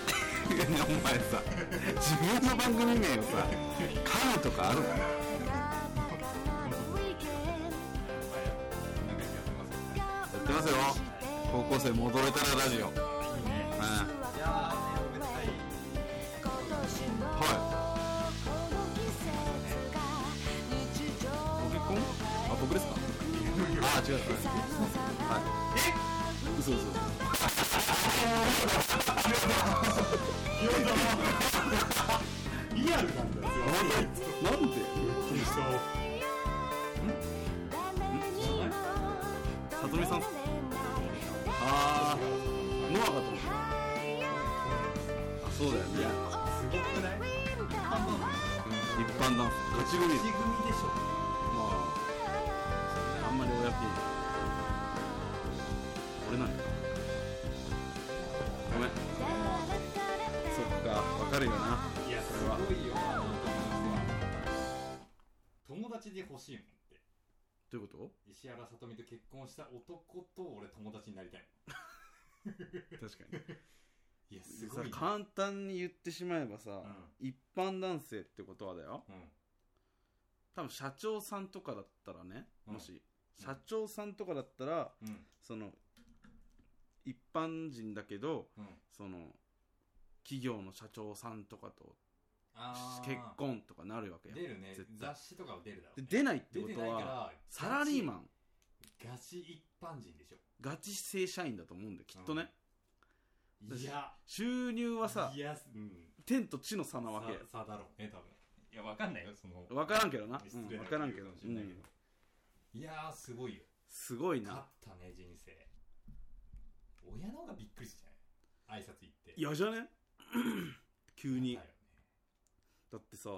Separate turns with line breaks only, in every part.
んなお前さ 自分の番組名をさカナとかあるのやってますよ高校生戻れたらラジオうんは
ご結婚
いあ僕ですかあ違う違うはい嘘嘘嘘
リアルなんだよ
なんでなんで
本当
さとみさん
ああノアかと思ったあそうだよね
すごくない
一般男性勝ち組
口組でしょ
まあ、あんまり公に。俺なんか。ごめん。そっか、わかるよな。
いやすごいよ友達で欲しいもんって
どういうこ
石原さとみと結婚した男と俺友達になりたい
と確かに。
いやすごいよ
さ簡単に言ってしまえばさ、一般男性ってことはだよ。
うんうん
多分社長さんとかだったらね、もし、
うん
社長さんとかだったら、
うん
その、一般人だけど、
うん
その、企業の社長さんとかと
あー
結婚とかなるわけよ。
出るね
絶対
雑誌とかは出るだろう
で
ね、
出ないって
出
こ
て
と
ないか
は、
ら
サラリーマン、
ガチ一般人でしょ
ガチ正社員だと思うんだよ、きっとね。
いや
収入はさ
い、やうん
天と地の差なわ
ささだろうね多分いやわかんないよその
け。わからんけどな。う
失
ん
礼な
わからんけど。
こと言うかもしれないけど
うん
いやーすごいよ
すごい
勝っ
な。
たね人生親の方がびっくりしたね挨拶行って
嫌じゃね 急に
だ。よね
だってさ、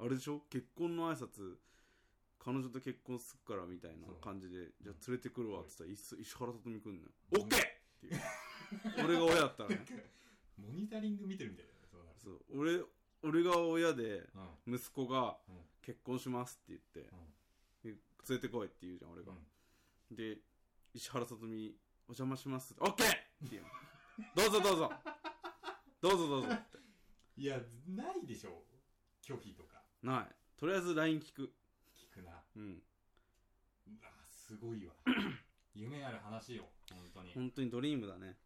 あれでしょ結婚の挨拶、彼女と結婚するからみたいな
そう
感じで、じゃあ連れてくるわって言ったら、石原さとみくんのよ。
うん
オッケーっていう。俺が親だったら ね。
モニタリング見てるみたいだよねそうなる
そう。俺、俺が親で、
とうん
息子が
うん
結婚しますって言って、で連れてこいって言うじゃん、俺が。で、石原さとみ、お邪魔します。オッケーって言うのどうぞ どうぞどうぞどうぞって
いやないでしょ拒否とか
ない。とりあえず LINE 聞く。
聞くな
うん。
うわすご いわ夢ある話よ本当に
本当にドリームだね。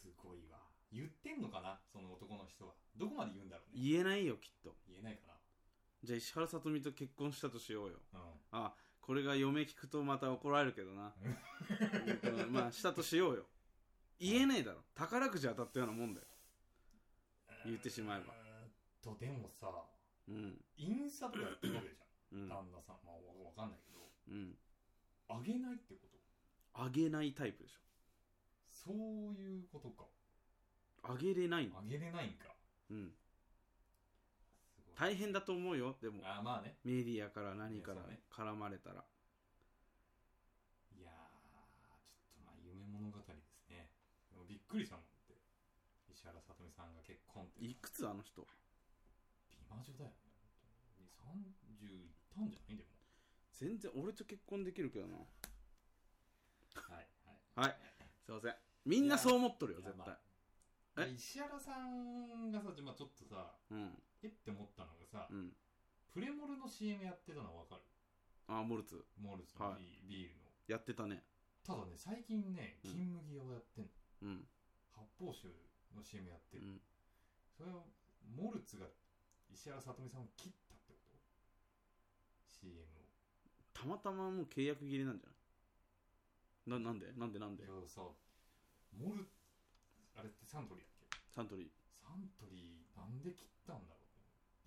すごいわ言ってんのかなその男の人はどこまで言うんだろうね
言えないよ、きっと。
言えないか
じゃあ石原さとみと結婚したとしようよ。
なうん
あ、これが嫁聞くとまた怒られるけどな。うんまあ、したとしようよ。言えないだろ。宝くじ当たったようなもんだよ。言ってしまえば
うーんとでもさ
うん。
インスタとかやってるわけじゃん
うん。
旦那さんまあわわかんないけど
うん。
あげないってこと
あげないタイプでしょ。
そういうことか
あげれないの。
あげれないんか
うん。
すごい
大変だと思うよ、でも。
あーまあね
メディアから何から
いやそうね
絡まれたら。
いやーちょっとまあ夢物語ですねでもびっくりしたもんって石原さとみさんが結婚って
いくつあの人
美魔女だよね30いったんじゃないでも
全然俺と結婚できるけどな。
はい
は
はい
い。すいません。みんなそう思っとるよ、
いや
絶対。
まあ
え
石原さんがさまあちょっとさ
うん。
えって思ったのがさ、
うん。
プレモルの CM やってたのはわかる
あ、モルツ。
モルツのビ,、
は
ビールの
やってたね。
ただね最近ね
うん
金麦をやってんの、
うん。
発泡酒の CM やっ
う
てる、
ん。
それをモルツが石原さとみさんを切ったってこと ?CM を
たまたまもう契約切れなんじゃないな、なんでなんでなんで
いやさモルあれってサントリーだっけ
サントリ
サントリーなんで切ったんだろ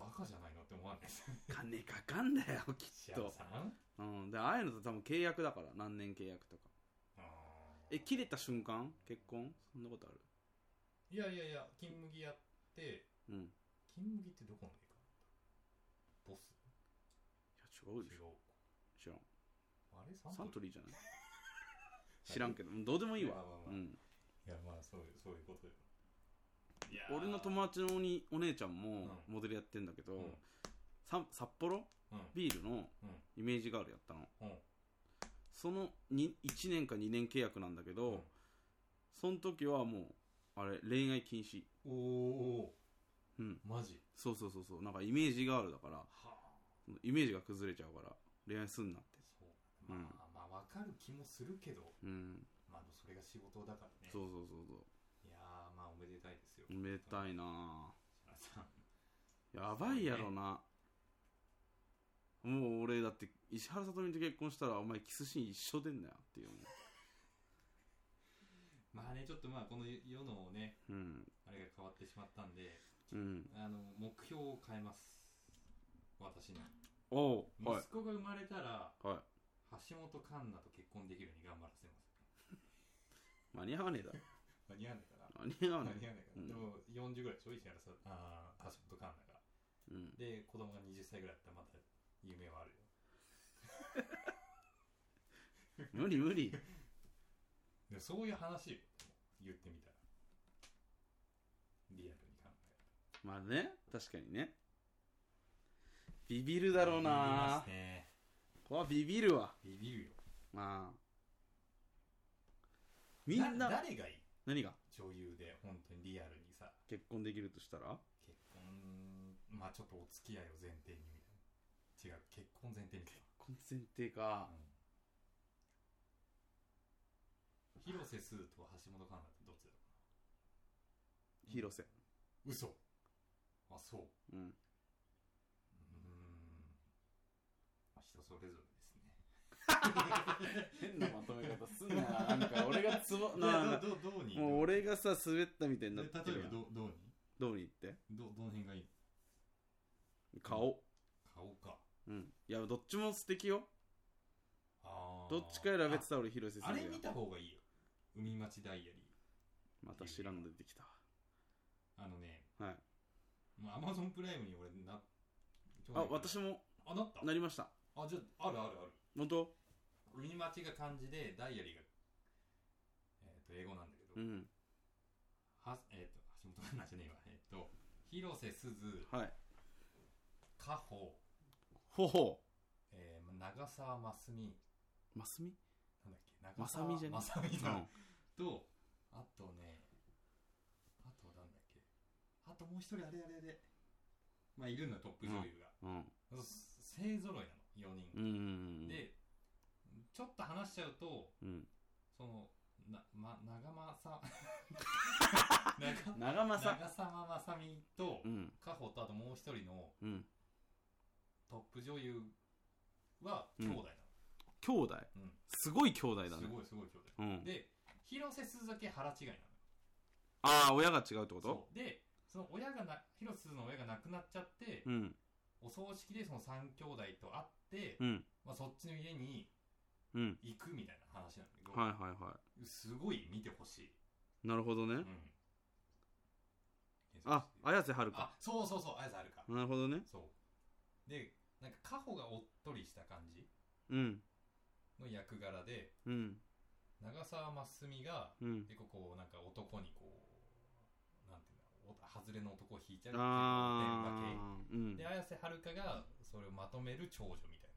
うバカじゃないのって思わな
ー。
い
金かかんだよ、き
石
っ
原
と。
さん
うん。で、ああいうのと多分契約だから。何年契約とか。
あー
え、切れた瞬間結婚そんなことある
いやいやいや金麦やって
うん。いや、
金麦ってどこの映画ボス
違うでし
違う
ょ。知らん。
あれサン
サン
ト
ト
リ
リーじゃない 知らんけど、うんどうでもいいわ
いやまあま。あ
うん。
ーいやまあそういうそういうことよいやー
俺の友達のおにお姉ちゃんも
うん
モデルやってんだけど、
うん
さ札幌
うん
ビールの
うん
イメージガールやったの
うん
そのに1年か2年契約なんだけど、
うん
その時はもうあれ恋愛禁止
おお
うん
ーマジ
そうそうそうそうなんかイメージがあるだから
はあ
イメージが崩れちゃうから恋愛すんなって
そうまあ、
うん
まあわかる気もするけど
うん
まあでもそれが仕事だからね
そうそうそうそ
いやーまあおめでたいですよ
うおめでたい
な
な
さん
ぁやばいやろな、もう俺だって石原さとみと結婚したらお前キスシーン一緒でんなよっていうも
まあねちょっとまあこの世のね
ううん
あれが変わってしまったんで
うん
あの目標を変えます私の
おう
息
はい
子が生まれたら
はい
橋本環奈と結婚できるように頑張らせます
間に合わねえだろ
間に合わないか
間
ら
に合わね
間に合わないから、
うん
でも40ぐらいでしょ石原さんあー橋本環奈が
えうん
で子供が20歳ぐらいだったらまた夢はあるよ
無理無理
でもそういう話よ言ってみたらリアルに考える
まあね確かにねビビるだろうな
ビビりますね
これはビビるわ
ビビるよ
まあみんな
誰がいい
何が
女優で本当にリアルにさ
結婚できるとしたら
結婚まあちょっとお付き合いを前提にみたいな違う結婚前提に
婚前提か
広瀬すずと橋本環奈ってどっちだろう
広瀬
嘘あそうう
うん
ーんまあ人それぞれですね
変なまとめ方すんななんか俺がつぼ なあ
どどどうに
もう俺がさ滑ったみたいに
ど
な
う
っ
例
てるや
えば
ん
どどうに
どうに言って
どどの辺がいい
顔
顔か
うんいやどっちも素敵よ
あー
どっちか選べてた俺広瀬す
ああ
ず
れ
や
見た方がいいよ海町ダイアリー
また知らんの出てきたわ
あのね
はい
アマゾンプライムに俺な
あ私
も
も
あなった
なりました
あじゃああるあるある
本当
海町が漢字でダイアリーが、えっと英語なんだけど、
うん
はえっと橋本環奈じゃねえわえっ、と広瀬すず
はい
加穂、
ほほ
えー、長澤まさみ
ますみ
なんだっけ
まさみじゃね
まさみ
う
だ、
ん
とあとねあとなんだっけあともう一人あれあれあれまあいるのよトップ女優が、
うん
せ勢ぞろいなの4
う
人、
ん
でちょっと話しちゃうと
うん
そのな、ま、長間 さ
長
長
政
長澤まさみと
うん
カホとあともう一人の
うん
トップ女優は兄弟
兄弟
なの、
すごい兄
う
弟
ん
だ
す
ね
ごいすごい兄弟、
うん
で広瀬すずだけ腹違いなの
ああ親が違うってこと
そうでその親がな広瀬すずの親が亡くなっちゃって、
うん
お葬式でその3兄弟と会って、
うん
まあ、そっちの家に
うん
行くみたいな話なんだけど、
はいはいは
すごい見てほしい、
いなるほどね
うん、
あ
あ
綾瀬はるか
あそうそうそう綾瀬はるか
なるほどね
そうでなんかカホがおっとりした感じ
うん
の役柄で
うん
長澤まさみが
うん
結構こうなんか男にこうなんていうんだろうお外れの男を引いちゃうってい
あ
う
あ
わ
うん
けで綾瀬はるかがそれをまとめる長女みたい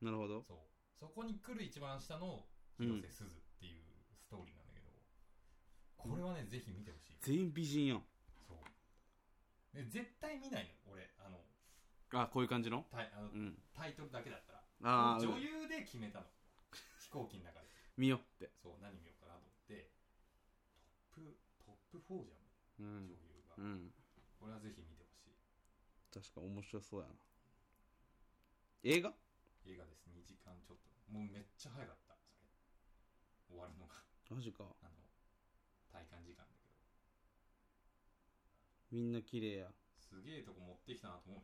なるほ
な
ど
そうそこに来る一番下の広瀬すずっていうストーリーなんだけど、これはねぜひ見てほしい
全員美人やん
そうで絶対見ないの俺あの
あこういう感じの
タイあ
う
の
ん
タイトルだけだったら
ああ
女優で決めたの飛行機の中で
見よって
そう何見ようかなと思ってトップトップ4じゃ
う
ん女
ん
優が、
うん
これはぜひ見てほし
確か面白そうやな映画
い映画です2時間ちょっともうめっちゃ早かったそれ終わるのが
マジか
あの体感時間だけど
みんな綺麗や
すげえとこ持ってきたなと思う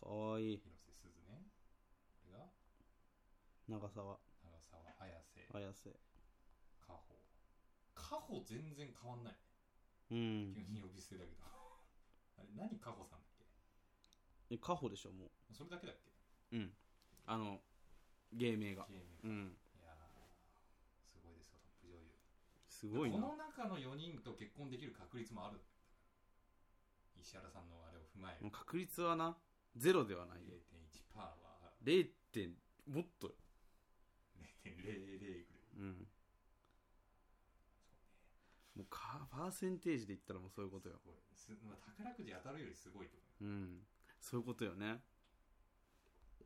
かわいい
広瀬すずねこれが
長澤
長澤綾瀬
綾瀬
加穂加穂全然変わんない
うん
急に呼び捨てだけど あれ何加穂さんだっけ
えカホでしょも
それだけだっけ
ううんあの芸名が
ゲーム
うん
いやーすごいですよ、トップ女優。
すごい
こ
な
の中の4人と結婚できる確率もある。石原さんのあれを踏まえ
もう
る
確率はなゼロではないよ
0.1%は
0点もっとよ
0.00ぐらい。
うんもうかパーセンテージで言ったらもうそういうことよ
すごいすまあ、宝くじ当たるよりすごいと思
うんそういうことよね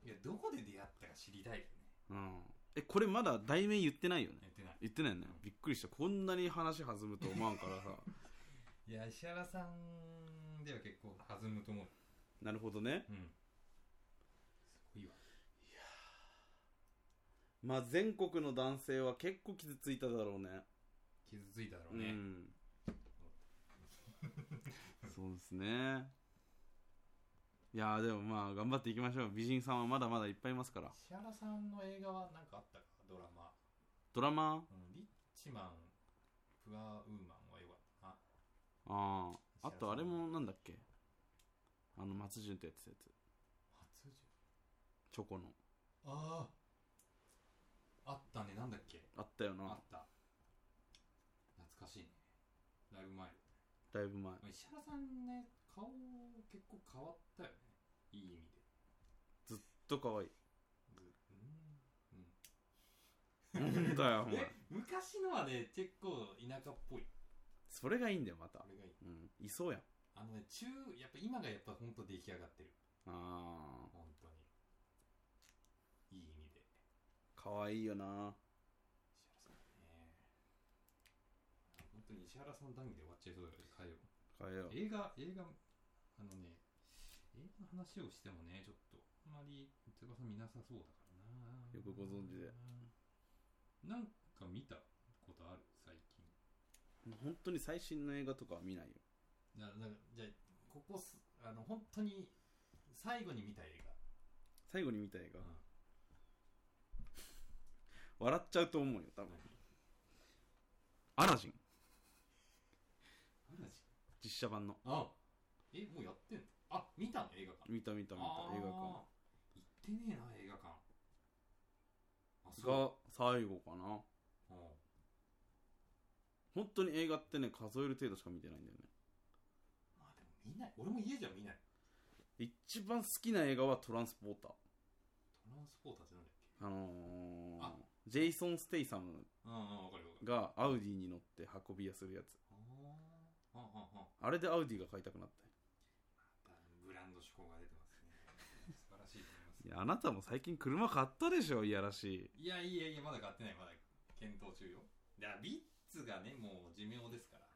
ういやどこで出会ったか知りたいよね
うんえこれまだ題名言ってないよね
やってない
言ってないよねびっくりしたこんなに話弾むと思わんからさ
いや石原さんでは結構弾むと思う
なるほどね
うんすごいわ
まあ全国の男性は結構傷ついただろうね
傷ついただろ
う
うね、
んそうですねいやーでもまあ頑張っていきましょう美人さんはまだまだいっぱいいますから
石原さんの映画は何かあったかドラマ、
ドラマ
うん、リッチマンプアウーマンはよかったな
あああとあれもなんだっけあの松潤ってやってたやつ
初じ
チョコの
あああったねなんだっけ
あったよ
あ
な
った懐かしいねだいぶ前ま
だいぶ前
あ石原さんね顔結構変わったよねいい意味で
とかわいい
ずうん
なんだよお前
え昔のはね結構田舎っぽい
それがいいんだよまた
あれがいい
うんいそうやん
あのね中やっぱ今がやっぱほんと出来上がってる
あ
本当にいい意味で
あかわいいよな
石原さんね本当に石原さん談義で終わっちゃいそうだよね会話
かわいいよ
映画映画あのね映画の話をしてもねちょっとあんまり翼見なさそうだからな
よくご存知で
なんか見たことある最近
本当に最新の映画とかは見ないよ
ななんかじゃあここすあの本当に最後に見た映
最後に見た映
画
画、笑っちゃうと思うよ多分
何
アラジン
アラジン
実写版の
あえもうやってんのあ見たの映画館
見た見た見た映
あー行ってねえな映画館あ
画館が最後かな
ううん
本当に映画ってね数える程度しか見てないんだよね
まあでも見ない俺も家じゃ見ない
一番好きな映画はトランスポーター
トランスポーターってなんだっけ
あのー
あ
ジェイソン・ステイサム
うんうんわかるわかる
がアウディに乗って運び屋するやつ
あーはんはんはん
あれでアウディが買いたくなったよ
またブランド志向が出てますね 素晴らしいと思
いやあ
います
なたも最近車買ったでしょいやらしい
いやいやいやまだ買ってないまだ検討中よだからビッツがねもう寿命ですから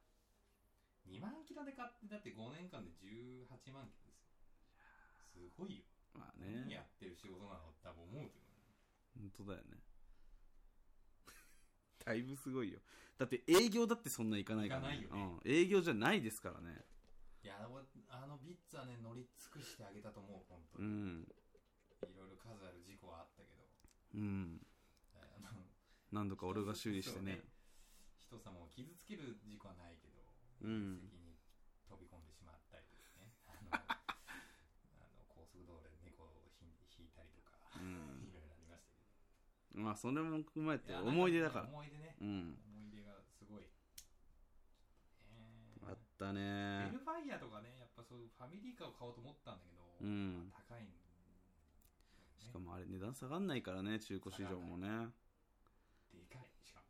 2万キロで買ってだって5年間で18万キロですよすごいよ
まあ
何
ね
やってる仕事なのって多分思うけどね
本当だよね だいぶすごいよだって営業だってそんな行かないから、
行かないよ
うん、営業じゃないですからね
いや俺あのビッツはね乗り尽くしてあげたと思う本当
う
に、
ん
いろいろ数ある事故はあったけど
うん
あの
何度か俺が修理してね
人様を傷つける事故はないけど、
うん
責に飛び込んでしまったりですねあ のあの高速道路で猫をひ引いたりとか
う
い
ん
ろいろありましたけ
まあそれも踏まえて
ど
思い出だから
思い出ね、
うん
思い出がすごい、え
あったね
ベルファイアとかねやっぱそういうファミリーカーを買おうと思ったんだけど、
うん
まあ高いんだよね
しかもあれ値段下がんないからね中古市場もね
でかいしかも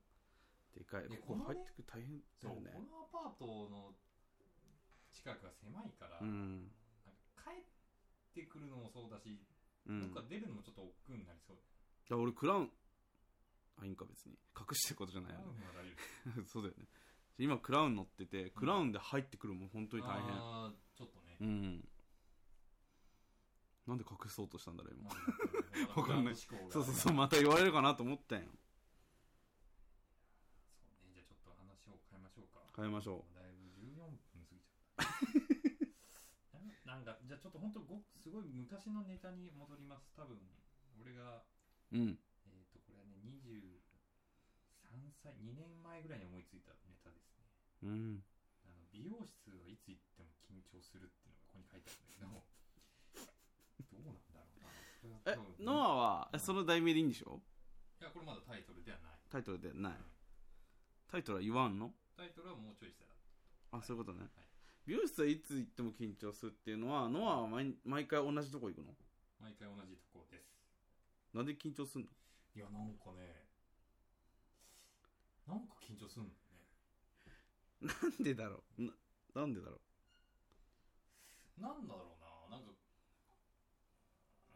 でかい
で
ここ
この
入っ
ね
てくる大変
そ
だ
う
よね
このアパートの近くが狭いから、
うん
なんか帰ってくるのもそうだし、
うん
ど
だ
っか出るのもちょっと億劫になりそう
から俺クラウンあいいんか別に隠してることじゃない
だ
よね
な る
そうだよね今クラウン乗っててクラウンで入ってくるもん本当に大変
あーちょっとね
う、んなんで隠そうとしたんだろう今
う
わかんない
そう
そうそうそう
ね
また言われるかなと思ったんよ
じゃあちょっと話を変えましょうか
変えましょ
だいぶ14分過ぎちゃったな なんかじゃあちょっと本当ごすごい昔のネタに戻ります多分俺が
ううん
えっ、とこれはね23歳2年前ぐらいに思いついたネタですね
うん
あの美容室はいつ行っても緊張するっていうのがここに書いてあるんだけどどうなんだろうなそれは
え
多分
ノアはえその題名でいいんでしょ
いやこれまだタイトルではない、
タイトルでない
うん
タイトルは言わんの
タイトルはもうちょい下だ
あそういうことね
はい
美容室はいつ行っても緊張するっていうのはノアは毎毎回同じとこ行くの
毎回同じとこです
なんで緊張すんの
いやなんかねなんか緊張すんのね
なんでだろうななんでだろう
なんだろうな、なんか、う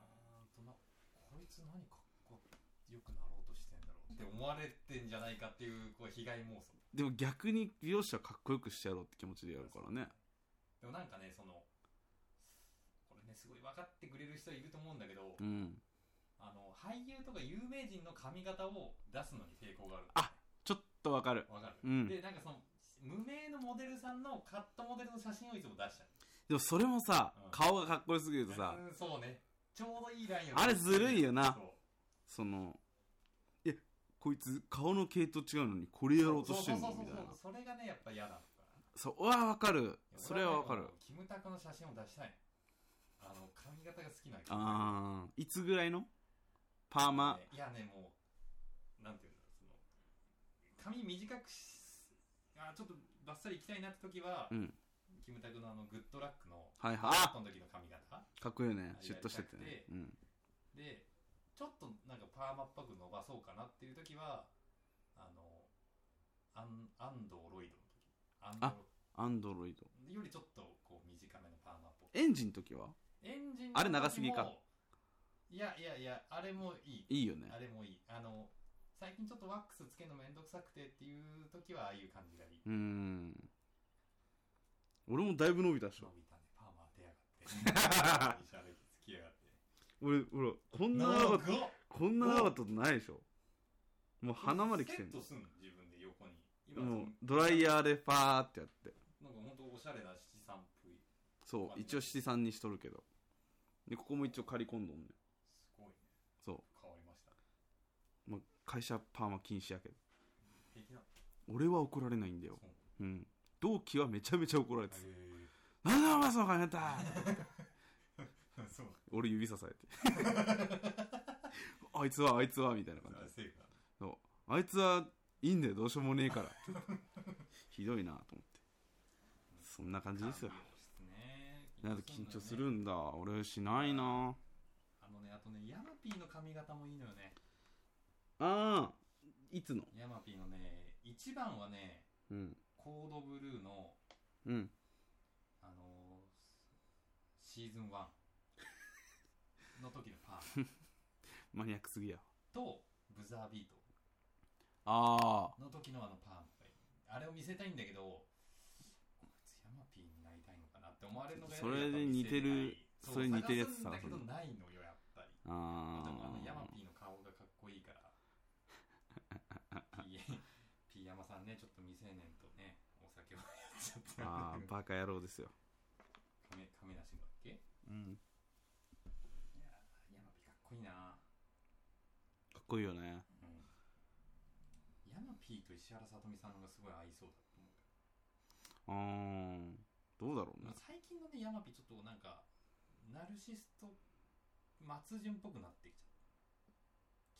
ーんとな、こいつ何かっこよくなろうとしてんだろうって思われてんじゃないかっていう、こう、被害妄想。
でも逆に美容師はかっこよくしてやろうって気持ちでやるからね
でもなんかね、その、これね、すごい分かってくれる人いると思うんだけど、
うん
あの、俳優とか有名人の髪型を出すのに抵抗がある。
あちょっとわかる
わかる、
うん
で、なんかその、無名のモデルさんのカットモデルの写真をいつも出しちゃう。
でもそれもさ、
うん
顔がかっこよすぎるとさ、
うんそうね。ちょうどいいラインを
あれずるいよな
そう
そのえこいつ顔の系統違うのにこれやろうとしてんのみたいな
そうそうそうそうそれがねやっぱ嫌なのかな
そうわわかるそれはわかる
俺ねキムタクの写真を出したいあの髪型が好きなあ
あーいつぐらいのパーマ
いやねもうなんていうんだろうその髪短くしあちょっとバッサリいきたいなって時は、
うん
キムタクのあのグッドラックの
はいはい
ハートの時の髪型
かっこいいよね
あ
シュッとしててねうん
でちょっとなんかパーマっぽく伸ばそうかなっていう時はあのアン安藤ロイドの時安藤
あアンドロイド
よりちょっとこう短めのパーマっぽく
エンジンの時は
エンジン
あれ長すぎか
の時もいやいやいやあれもいい
いいよね
あれもいいあの最近ちょっとワックスつけるのめんどくさくてっていう時はああいう感じがいいう
ーん俺もだいぶ伸びたでし
伸
ょ
びたねパーマ当て やがって医者でつきやがって
俺ほらこんな長かった
長っ
こんな長かったことないでしょもう鼻まで来て
セ
ん
ットすんの自分で横に
の
今
もう
その
ドライヤーでファーってやって
なんかほんとおしゃれな七三っぽい
そう一応七三にしとるけどでここも一応刈り込んどんね
すごいね
そ
変わりましたね
う、まあ、会社パーマ禁止やけど
平気なの
俺は怒られないんだよ
そう
うん同期はめちゃめちゃ怒られてた
へ
「なんだお前その髪型!」
えそう
俺指さされて あいつはあいつはみたいな感じ
あ
です
セーフだ
あいつはいいんだよどうしようもねえから ひどいなと思ってそんな感じですよ
美容室ね
なんで緊張す
そうなんだよね
るんだ俺しないな
あのね、あとね、ヤマピーの髪型もいいのよね。
ああいつの
ヤマピーのね、一番はね、
うん
コードブルーの、
うん
あのーシーズン1の時のパーマ
マニアックすぎや
と、ブザービー
ああ
トの時のあのパーマがいい。あれを見せたいんだけど、こいつヤマピーになりたいのかなって思われるのが
それで似てる
やっぱ見せれな
それ似
い
てるやつ
そう探すんだけ
探
ど
す
ないのよ、やっぱり。
あ
でもあのヤマ
あ
ピーの顔がかっこいいから。ピーピーヤマさんね、ちょっと未成年とね、お酒をやっちゃって。
ああバカ野郎ですよ
亀亀梨のだっけい
うん
やー、ヤマピーかっこいいな。
かっこいいよね
うん。ヤマピーと石原さとみさんがすごい合いそうだと思う。
あーどうだろうね
最近のね、ヤマピーちょっとなんか、ナルシスト、松潤っぽくなってきちゃう。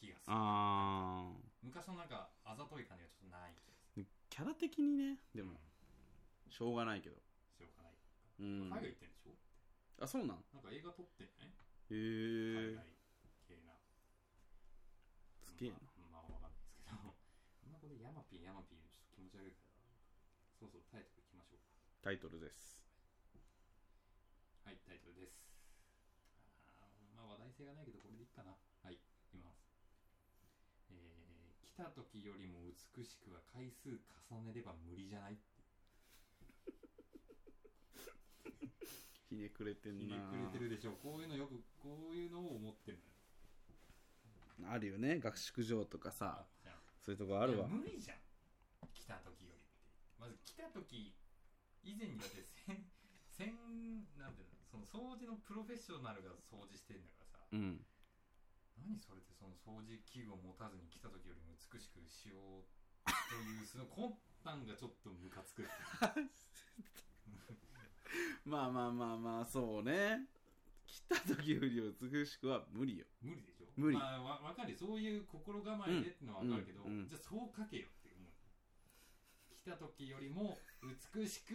気がする。
ああ
昔のなんか、あざとい感じがちょっとない気がす
キャラ的にねで
る。
も
うん、
しょうがないけど
しょうがない。
うん
海外行ってんでしょ
あそうなん
なんか映画撮ってんよね。
へえ
海外系な。
すげえな
まあ、まあ、わかんないですけど。 今こでヤマピー、ヤマピー、ちょっと気持ち悪いから。そうそう、タイトルいきましょうか。
タイトルです
はい、タイトルです。あーまあ、話題性がないけど、これでいいかな。はい、いきます。えー、来た時よりも美しくは回数重ねれば無理じゃない
ひねくれてん
ひ
な
ねくれてるでしょこういうのよく、こういうのを思ってるのよ。
あるよね学習場とかさ
っちゃん。
そういうとこあるわ
いや無理じゃん来た時よりってまず来た時以前にだってせんせんなんていうのその掃除のプロフェッショナルが掃除してんだからさ
うん
何それってその掃除器具を持たずに来た時よりも美しくしようというその魂胆がちょっとムカつく
まあまあまあまあそうね来た時より美しくは無理よ
無理でしょ
無理
まあ、わわかるそういう心構えでってのはわかるけど、
うんうん
じゃあそう書けよって思う来た時よりも美しく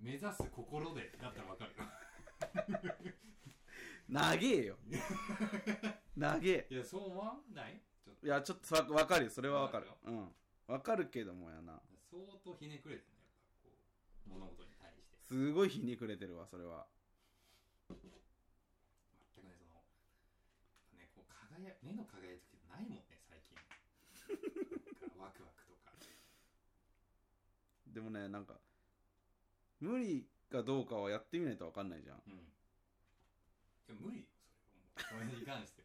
目指す心でだったらわかるよ
長え よ長え
いや、そう思わないちょっと
いやちょっとわわかるよそれはわかる
わ
うんわかるけどもやな
相当ひねくれてるね、やっぱ物事に対して
すごいひねくれてるわそれは
全くねそのねこう輝目の輝きってないもんね最近なんかワクワクとか
でもねなんか無理かどうかはやってみないと分かんないじゃん
うんいや無理よそれはもうそれに関しては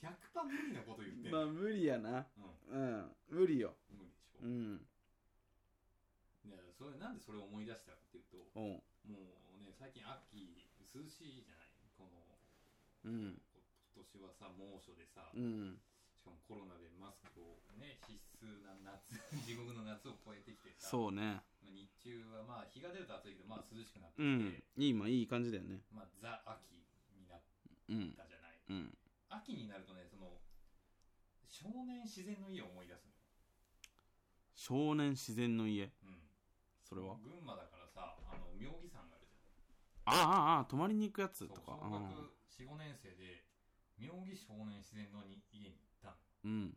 100%無理なこと言ってる、
まあ無理やなうん無理よ
うん無理でしょ、
うん
いやそれなんでそれを思い出したかっていうと
うん
もうね最近秋涼しいじゃないこの
うん
今年はさ猛暑でさ、
うん
しかもコロナでマスクをね必須な夏 地獄の夏を超えてきてさ
そうね
まあ日中はまあ日が出ると暑いけどまあ涼しくなって
う
きて、
んいいまあいい感じだよね
まあザ秋になっ
うん
たじゃない
うん
秋になるとねその少年自然の家を思い出す
少年自然の家
のよ、うん、
それは
群馬だからさあの妙義山があるじゃん
ああああ泊まりに行くやつとか
そう小学45年生で妙義少年自然のに家に行ったの
うん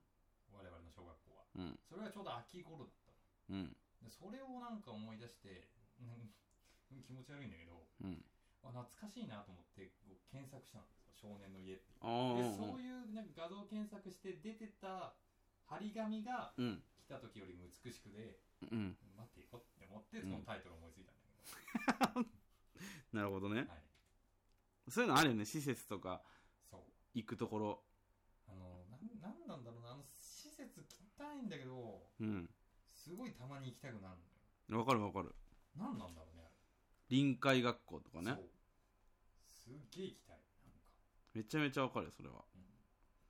我々の小学校は
うん
それがちょうど秋頃だったの
うん
でそれをなんか思い出してうん気持ち悪いんだけど
うん
あ懐かしいなと思ってこう検索したんですよ少年の家っていう
ああ
でそういうなんか画像検索して出てた張り紙が
うん
来た時よりも美しくで
うん
待ってよって思ってそのタイトルを思いついたんだけど、
なるほどね
はい
そういうのあるよね施設とか
そう
行くところ
あのなんなんなんだろうなあの施設汚いんだけど
うん
すごいたまに行きたくなる
わかるわかる
のよなんなんだろうね
臨海学校とか
あれ
ね
そうすっげえ行きたいなんか
めちゃめちゃわかるよそれは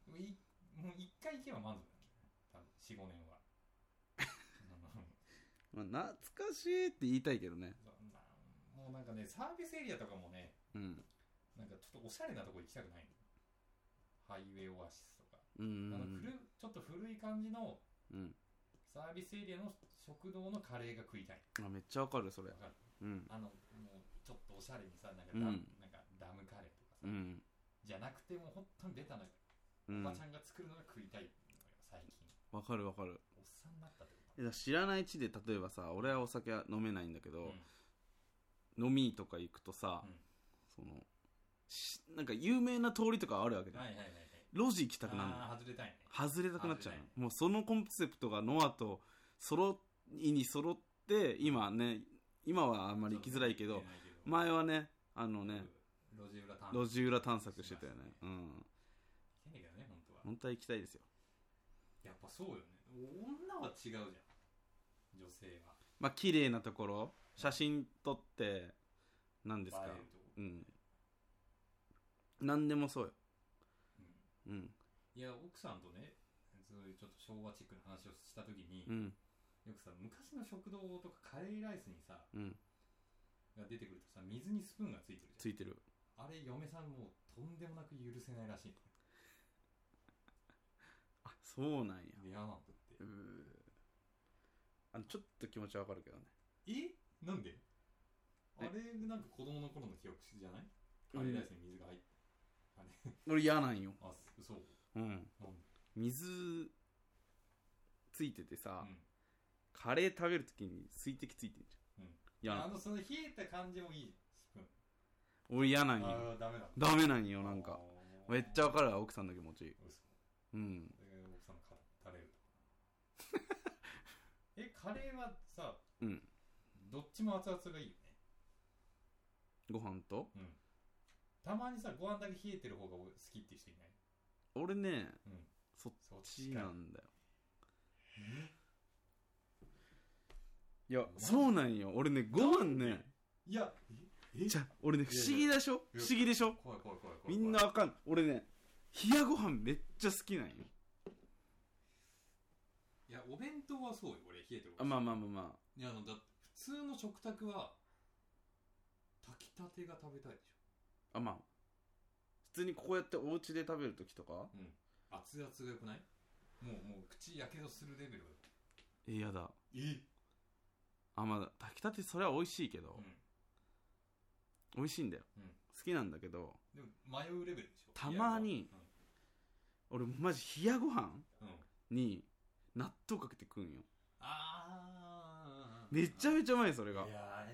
でもいもう一回行けば満足なんだよね多分45年はうん
まあ、懐かしいって言いたいけどね。
そうなもうなんかねサービスエリアとかもね
うん。
なんかちょっとおしゃれなとこ行きたくないのハイウェイオアシスとか、
うんうん
あの古ちょっと古い感じの
うん。うん。
サービスエリアの食堂のカレーが食いたい
あ、めっちゃわかる、それ
わ。かる
うん。
あのもうちょっとおしゃれにさなんかダ,、
うん
なんかダムカレーとか
う
さ、
ん。
じゃなくてもう本当にベタな
うん。
お
わ
ばちゃんが作るのが食いたいのよ最近
かるわかる。
おっさんになったってこ
いや知らない地で、例えばさ、俺はお酒は飲めないんだけ
と
ど、飲みとか行くとさ、
うん
その、しなんか有名な通りとかあるわけ
うん
だ
はい
よ。
はいはいはい
路地行きたくなる
あー外れたいね
の。外れたくなっちゃう
外れ
の。もうそのコンセプトがノアと揃いに揃って、今ね、今はあんまり行きづらいけ
行
ど
きづ、らいけど
前はね、あのね、
路地裏探
路地裏探索してたよね。うん。
行けんだけどね本当は
本当は行きたいですよ。
やっぱそうよね女は違うじゃん女性は
まあ綺麗なところ写真撮って何ですか
映えるとこ
うん何でもそうよ
う
うん
んいや奥さんとねそういうちょっと昭和チックな話をした時に、
うん
よくさ昔の食堂とかカレーライスにさ
うん
が出てくるとさ水にスプーンがついてる
つい
じ
てる
ゃんあれ嫁さんもうとんでもなく許せないらしい
あそうなんや
嫌なんだって
うーあのちょっと気持ちわかるけどね
えなんであ
え
れなんか子供の頃の記憶じゃないカレーライスに水が入って、
俺嫌なんよ
あそう
うん
なんで
水ついててさ、
うん
カレー食べるときに水滴ついてんじゃん、
うん
嫌な
あ
の
のその冷えた感じもいいじゃんス
俺嫌な
プー
ん
ン
よ
ああダメだ
ダメなんよなんか
あー
めっちゃわかるわ奥さんの気持ち
嘘
うん
えー奥さんのカレーと えカレーはさ、
うん
どっちも熱々がいいよね
ご飯と
たまにさご飯だけ冷えてる方が好きっていう人いない
俺ね
うん
そっ
そっ
ち
か
なんだよ
え
いやそうなんよ俺ねご飯ね
いやええ
じゃ俺ね不思議でしょ不
いや
思議でしょ
怖い怖い怖い怖い
みんなあかん俺ね冷やご飯めっちゃ好きなんよ
いやお弁当はそうよ俺冷えてる
あまあまあまあま
いやあのだって普通の食卓は炊きたてが食べたいでし
ああまあ普通にこうやってお家で食べる時とか
ょうん熱々がよくないもうもう口やけどするレベル
えやだ
え
あまあ炊きたてそれは美味しいけど、
うん
美味しいんだよ、
うん
好きなんだけど
でも迷うレベルでしょ
たまに俺マジ冷やご飯
うん、うん
に納豆かけて食うんよ
あー
めちゃめちゃうまいそれが
いやー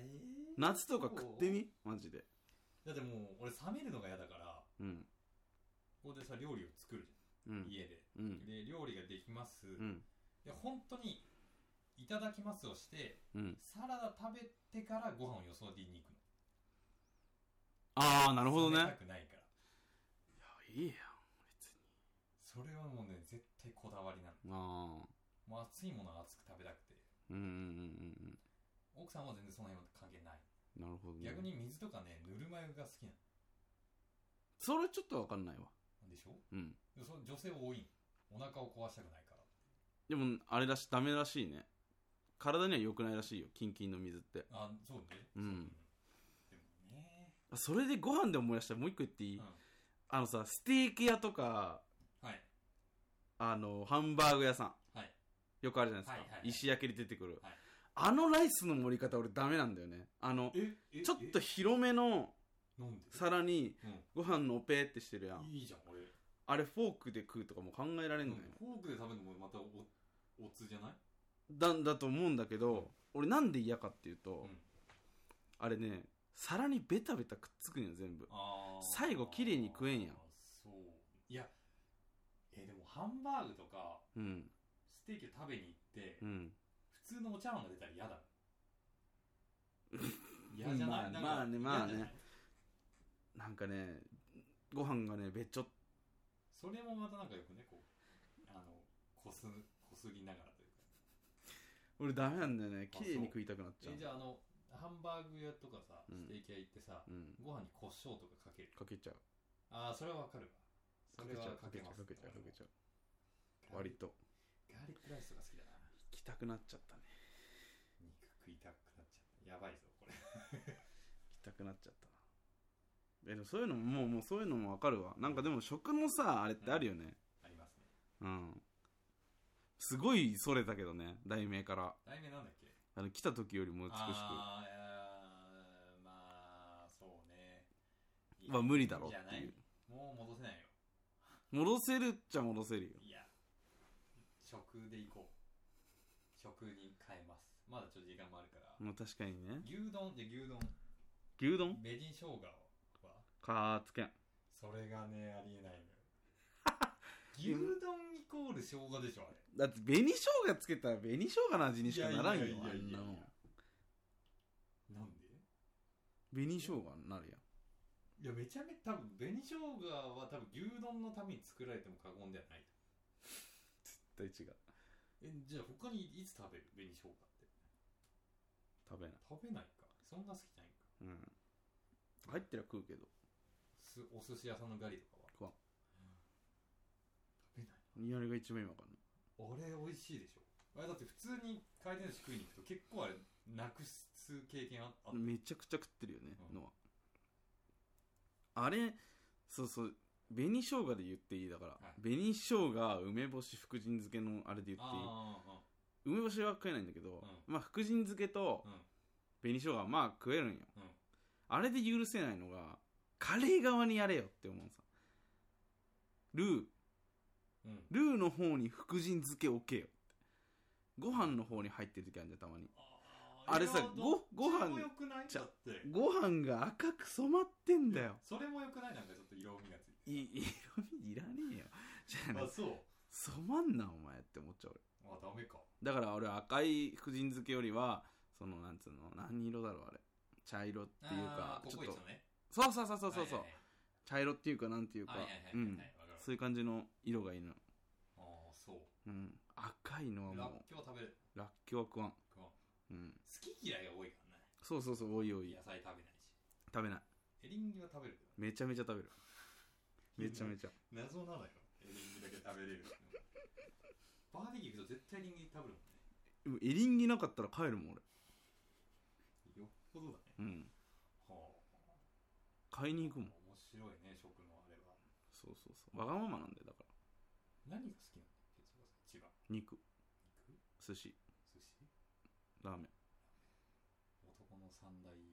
夏とか食ってみマジで
だってもう俺冷めるのが嫌だから
うん
ここでさ料理を作る
う
じゃ
ん
ん家で
うん
で料理ができます、
うん
で本当にいただきますをして
うん
サラダ食べてからご飯をよそりに行くの
ああなるほど
冷め
ね
たくないから
いいや
それはもうね絶対こだわりなの
んああ
もう熱いものは熱く食べたくて
うんうんうんうん
奥さんは全然その辺は関係ない
うんなるほど、ね、
逆に水とかねぬるま湯が好きな
それちょっとわかんないわ
のでしょ
うん
でその女性多いのお腹を壊したくないから
でもあれらしダメらしいね体には良くないらしいよキンキンの水って
あそうね
うん
でもね
あそれでご飯で思い出したもう一個言っていい、
うん
あのさステーキ屋とか
はい
あのハンバーグ屋さん
はい
よくあるじゃないですか、
はいはいはい
石焼きで出てくる、
はい
あのライスの盛り方俺ダメなんだよねあの
ええ
ちょっと広めの
飲んで
皿にご
う
飯のおぺーってしてるやん
んいいじゃん俺
あれフォークで食うとかも考えられんのよ、
フォークで食べるのもまたおおつじゃない
だだと思うんだけど、俺なんで嫌かっていうと、
うん
あれね皿にベタベタくっつくんよ全部
あー
最後綺麗に食えんやん
そういやえーでもハンバーグとか
うん
ステーキを食べに行って、
うん
普通のお茶碗が出たら嫌だ もん嫌じゃな
まあ
い、なんか
まあねまあね
嫌じゃない
なんかねご飯がねべちょっ
それもまたなんかよくねこうあのこすこすりながらというか
俺ダメなんだよね
あ
綺麗に食いたくなっちゃう
えじゃああのハンバーグ屋とかさ
うん
ステーキ屋行ってさ、
うん
ご飯に胡椒とかかける
かけちゃう
ああそれはわかるわそ
か
れ
けち
は
ゃう
か
か
け
けちゃ
ま
う
す
かけちゃうかけちゃう
ガーリ
割
ッ
と
ガーリックライスとか好きだな
行きたくなっちゃったね
肉食いたくなっちゃったやばいぞこれ
行きたくなっちゃったなえでもそういうのももうもうそういうのもわかるわなんかでも食のさあれってあるよね
ありますね
うんすごいそれたけどね題名から
題名なんだっけ
あの来た時よりも美し
ああいやーまあそうね
くは無理だろう
じゃ
って
ないいうもう戻せないよ
戻せるっちゃ戻せるよ
いや食で行こう食に変えますまだちょっと時間もあるから、
もう確かにね
牛丼じゃあ牛丼
牛丼
紅生姜は
かーつけん
それがねありえないの よ牛丼イコール生姜でしょあれ
だって紅生姜つけたら紅生姜の味にしかならんよ
いやいやいやいや
あんなもん
なんで
紅生姜になるやん
いやめちゃめちゃ多分紅生姜は多分牛丼のために作られても過言ではない
絶対違う
えじゃあ他にいつ食べる紅生姜って
食べない
食べないかそんな好きじゃないか
うん入ってりゃ食うけど
すお寿司屋さんのガリとかは
食わん
食べない
ニワリが一番今かんない
あれ美味しいでしょあれだって普通に回転寿司食いに行くと結構あれなくす経験ああった
めちゃくちゃ食ってるよね、
うん
のはあれそうそう紅生姜で言っていいだから、
はい
紅生姜梅干し福神漬けのあれで言っていい
ああ
梅干しは食えないんだけど、まあ福神漬けと
うん
紅生姜はまあ食えるんよ、
うん
あれで許せないのがカレー側にやれよって思うさルー
うんうん
ルーの方に福神漬け置けよってご飯の方に入ってる時あるじゃんたまに
ー
あれさ
いや
ご
どっち
ご飯
も良くない
ちゃ
だって
ご飯が赤く染まってんだよ
それも良くないなんかちょっと色味がついて
い色味いらねえよじゃあな
あそう
染まんなお前って思っちゃう
あダメか
俺だから俺赤い福神漬けよりはそのなんつうの何色だろうあれ茶色っていうか
あー
ち
コ
ょ
コ
っ
イ
と
チのね
そうそうそうそうそうそう、
はい
茶色っていうかなんていうか、
はいはいはいはい
う
はい
ん
はいわかる
そういう感じの色がいいの
ああそう
うん赤いのは
ラ
も
ッキョウ食べる
うらっきょうは食わん
食わん好
うん
き嫌いが多いからね
そうそうそうおいおい
野菜食べないし
食べない
エリンギは食べるけど
めちゃめちゃ食べるめちゃめちゃ
謎なのよエリンギだけ食べれるのバーベキュー行くと絶対エリンギ食べるもんね
でもエリンギなかったら帰るもん俺
よっぽどだ
うん
ねはあ
買いに行くもん
面白いね食のあれは
そうそうそうわがままなんだよだから
何が好きなの哲夫さん一番
肉
肉
寿司
寿司
ラーメン
男の三大欲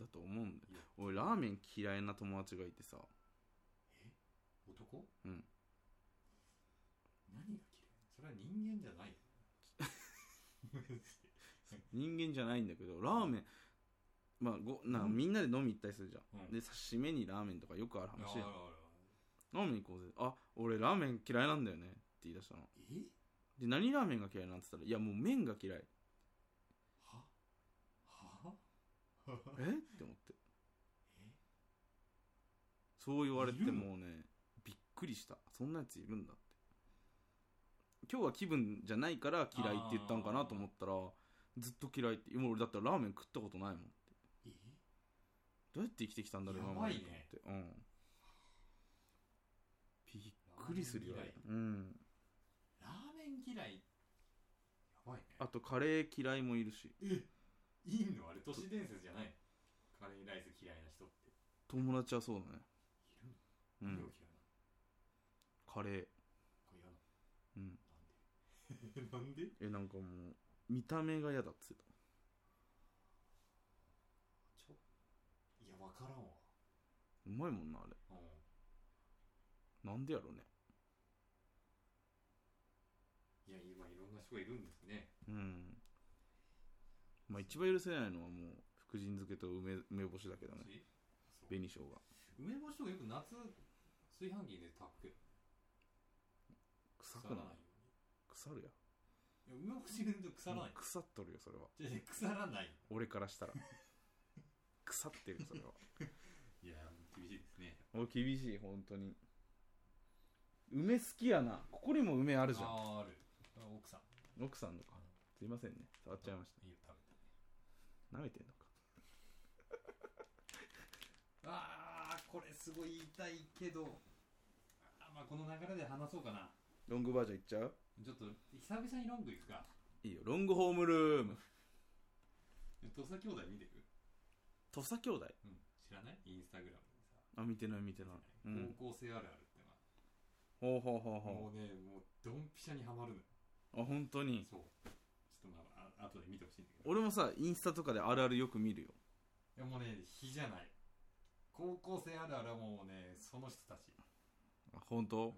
だと思うんだよ俺ラーメン嫌いな友達がいてさ
男
うん
何が嫌いそれは 人間じゃないよ
人間じゃないんだけどラーメンまあごな
うん
みんなで飲み行ったりするじゃん、
うん
で刺身にラーメンとかよくある話や
あ
ん
るある
飲みに行こうぜあ俺ラーメン嫌いなんだよねって言い出したの
あるえ
で何ラーメンが嫌いなんて言ったらいやもう麺が嫌い
はは
えって思ってそう言われてもうねびっくりしたそんなやついるんだって今日は気分じゃないから嫌いって言ったんかなと思ったらずっと嫌いって今俺だったらラーメン食ったことないもん
え
どうやって生きてきたんだろう
やばい
今まで
ね
と思って、うんびっくりするよ
ラー
あ
メン
れうん
嫌いラーメン嫌いやばいね
あとカレー嫌いもいるし
えいいのあれ都市伝説じゃないカレーライス嫌いな人って
友達はそうだね
いる
う
の、
ん
量嫌いな
カレー
これ嫌な
うん
のなんで なんで
えなんかもう見た目が嫌だっつってた
ちょいやわからんわ
うまいもんなあれ
うん
なんでやろうね
いや今いろんな人がいるんですね
うんまあ一番許せないのはもう福神漬けと梅梅干しだけどね
しそう
紅生姜
梅干しとかよく夏炊飯器で炊くけど
臭くない
よ
腐るや
うにいや梅干し入れると腐らない、
腐っとるよそれは
じゃあ腐らない
俺からしたら 腐ってるよそれはい
や厳しいですね
もう厳しい本当に梅好きやなここにも梅あるじゃん
あーあるあ奥さん
奥さんのかすいませんね触っちゃいまし
いいよ食べた
た舐めてんのか
あーこれすごい痛いけどあーまあこの流れで話そうかな
ロングバージョンいっちゃう
ちょっと久々にロング行くか
いいよロングホームルーム
土佐兄弟見てる
土佐兄弟
うん知らないインスタグラムでさ
あ見てない見てない、うん、
高校生あるあるってのが
ほうほうほうほ
もうねもうドンピシャにはまるのよ
うあ本当に
そうちょっとまああ後で見てほしいんだけど
俺もさインスタとかであるあるよく見るよ
いやもうね日じゃない高校生あるあるはもうねその人たち
あ本
うん
当
も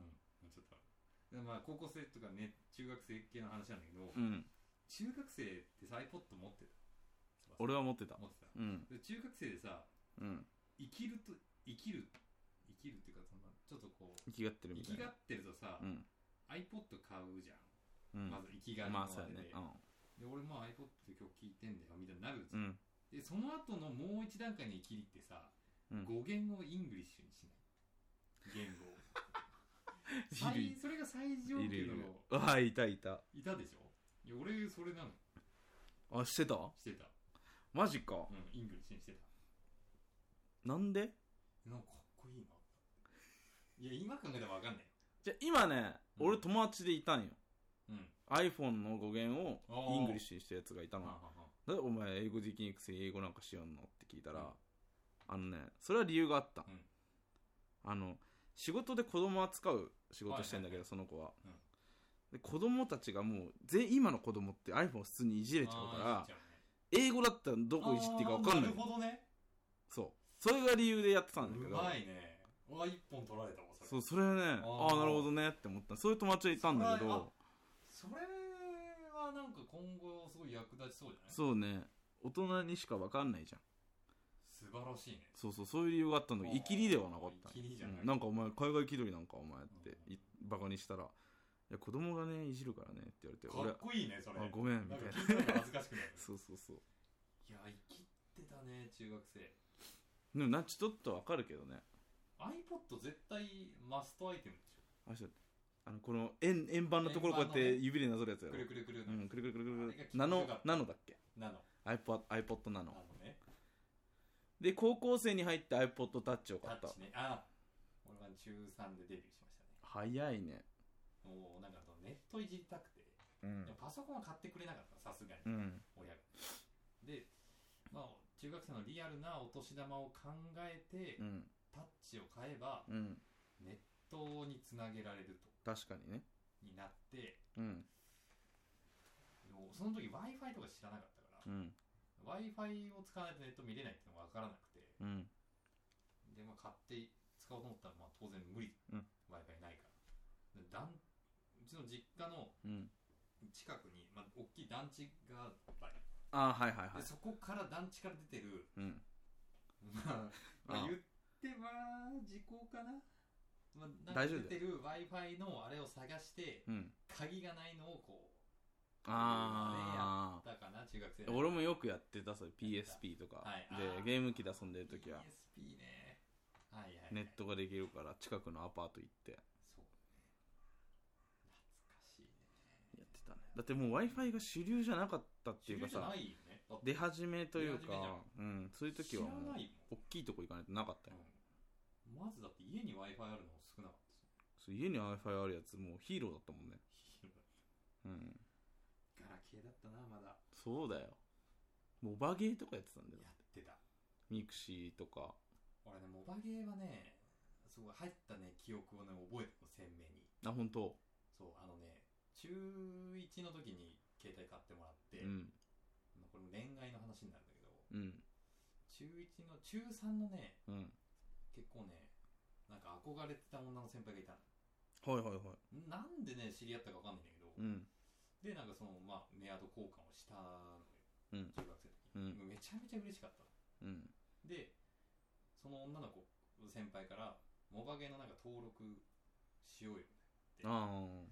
うちょっとでまあ高校生とかね中学生系の話なんだけど、
うん
中学生ってさ iPod 持ってた
俺は持ってた
持ってた
うん
で中学生でさ
うん
生きると生きる生きるっていうかそのちょっとこう
生きがってる
生
みたい
きが
な
ってるとさ、
うん
iPod 買うじゃ
うん
ん、まず生きがい
まあ
のま
そうや
で
ね
で,、で俺も iPod って曲聴いてんだよみたいになるじ
う
ゃ
ん
ん、でその後のもう一段階の生きりってさ、
うん
語源をイングリッシュにしない言 語
い
を
る
最それが最上
いるい
級
る
の
ああいたいた
いたでしょいや俺それなの
あしてた
してた、
マジか
うん、イングリッシュにしてた
なんで
なんかかっこいいな。いや、今考えたらわかんない。
じゃあ今ね
うん
俺友達でいたんよ
うん。
iPhone の語源を
あー
イングリッシュにしたやつがいたの
ははは
なんでお前英語できにくせに英語なんかしよんのって聞いたら、あのねそれは理由があった、
うん
あの仕事で子供扱う仕事してんだけど、
はいはいはい
その子は、
うん
で子供たちがもう全員今の子供って iPhone 普通にいじれちゃうから
あーいいじゃんね
英語だったらどこいじっていいか分かんない
あーなるほどね。
そうそれが理由でやってたんだけ
う
ど
まいね。うわ、一本取られたわ、それ。
そうそれはねあ
あー
あなるほどねって思ったそういう友達がいたんだけ
それは
ど
それはなんか今後すごい役立ちそうじゃない
そうね大人にしか分かんないじゃん
素晴らしいね。
そうそうそういう理由があったの
あー
に生きりではなかった
生きりじゃない
うんなんかお前海外気取りなんかお前っていバカにしたら「いや子供がねいじるからね」って言われて
かっこいいね、それ。
あごめんみ
な
た
ん
い
か
な。
聞いたのが恥ずかしくなる
そうそうそう
いや、生きてたね、中学生。
でもなちょっとわかるけどね
iPod 絶対マストアイテムでし
あれちょっとあのこの円円盤のところこうやって指でなぞるやつ
ょ。
や
く
ろ
るくるくる
う
の。
んくるくるくるく
あれが
る
聞く
ナノ
よかった
ナノだっけ
なの。
iPod, iPod ナ
な
ノ
のね。
で高校生に入って iPod タッチを
タ
買った
ッチね。あー俺は中3でデビューしましたね。
早いね
もうなんかそのネットいじりたくて、
うん
でもパソコンは買ってくれなかった、さすが
う
に、
ん
親が。で、まあ、中学生のリアルなお年玉を考えて、
うん
タッチを買えば、
うん
ネットにつなげられると、
確かにね
になって、
うん
でもその時 Wi-Fi とか知らなかったか
う
ら、
ん
Wi-Fi を使わないとネット見れないっていうのが分からなくて、
うん
で、まあ、買って使おうと思ったら、まあ、当然無理、
うん
Wi-Fi ないから。で団うちの実家の
うん
近くに、まあ、大きい団地があったり
あはいはいはい
でそこから団地から出てる、
うん
まあ、まあ
あ
言ってまあ時効かな、まあ、
大丈夫だよ
出てる w i f i のあれを探して
うん
鍵がないのをこう
あ
だかな中学生
あ俺もよくやってたそれ PSP とか
はいあ
で
ー
ゲーム機で遊んでる時は
PSP ねはいはい、はい、
ネットができるから近くのアパート行って
そう
や
ね懐かしいね
ってたねだってもう w i f i が主流じゃなかったっていうか
主流じゃ
さ
ないよねだって
出始めという
出始めじゃん
かうんそういう時はも
知ら
う
ない
大きいとこ行かないとなかった
も
よ
ん、うんまずだって家に w i f i あるの少なかったです
そう家に w i f i あるやつもうヒーローだったもんね
よ
うん
ガラケーだったなまだ
そうだよモバゲーとかやってたんだよ
やってた
ミクシーとか
俺ねモバゲーはねすごい入ったね記憶をね覚えてるの鮮明に
あ本当
そうあのね中1の時に携帯買ってもらって、
うん
まあこれも恋愛の話になるんだけど
うん
中1の中3のね
うん
結構ねなんか憧れてた女の先輩がいた
はいはいはい
のなんでね知り合ったか分かんないんだけど、
うん
でなんかそのまあメアド交換をしたのよ
うん
中学生
う
の時、
ん
めちゃめちゃ嬉しかったの
うん
でその女の子先輩からモバゲーのなんか登録しようよ
あ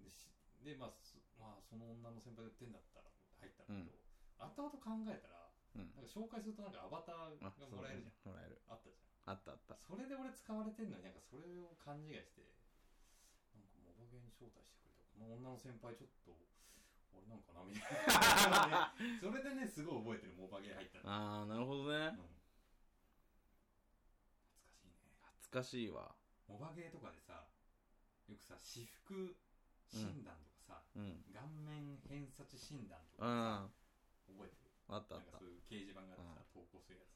あ
でしで、まあそまあ、その女の先輩がやってんだったら入った
うん
だけど、後々考えたら
うん
なんか紹介するとなんかアバター
あ
がもらえるじ
ゃん
ゃん
もらえる
あったじゃ
あ
ん
ったあった
それで俺使われてんのになんかそれを勘違いしてなんかモバゲーに招待してくれたこの女の先輩ちょっと俺なんかなみたいな それでねすごい覚えてるモバゲー入ったの、
ああなるほどね
うん懐かし
懐かし
いね
いわ
モバゲーとかでさよくさ私服診断とかさ、
うん
顔面偏差値診断と
う
か
ん
さ
あ
覚えてる
ったあ
な
っ
んか
た
そういう掲示板があってさ、投稿するやつ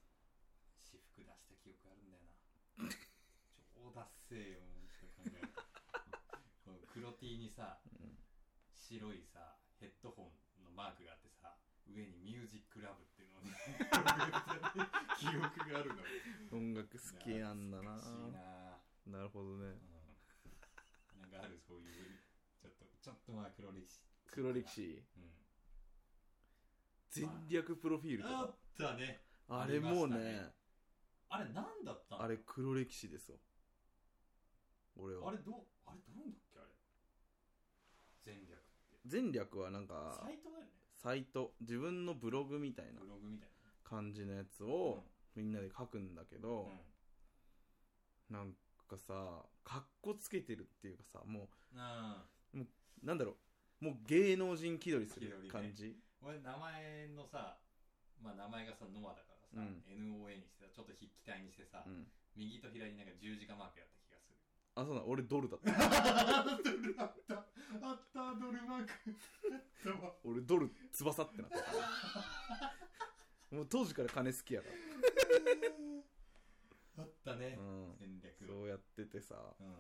私服出した記憶あるんだよな超ダッセーよもうちょっと考 えるとこの黒 T にさ、
うん
白いさヘッドホンのマークがあってさ上にミュージックラブっていうのを ね記憶があるの
音楽好きなんだな
懐かしいな
なるほどね
うんなんかあるそういうちょっとちょっとまあ黒歴史
黒歴史
うん
全略プロフィールと
あ
か
ったね
あれもう
ありました
ね
ねあれ何だったの
あれ黒歴史ですよ俺
あ
は
れどうあれどうなんだっけあれ全略って
全略はなんか
サイトだよね
サイト自分のブログみたいな
ブログみたいな
感じのやつをみんなで書くんだけ
うん
ど、なんかさかっこつけてるっていうかさも
うん
うなんだろうもう芸能人気取りす
気取り
る
ね
感じ、
俺名前のさまあ名前がさノアだからさ、
うん
NOA にしてさちょっと筆記体にしてさ、
うん、
右と左になんか十字架マークやった気がする
あそうだ俺ドルだった
ドル あったあったドルマークあ ったわ
俺ドル翼ってなったもう当時から金好きやか
あった
ら、
ね
う、ん、
戦略
そうやっててさ
うんうん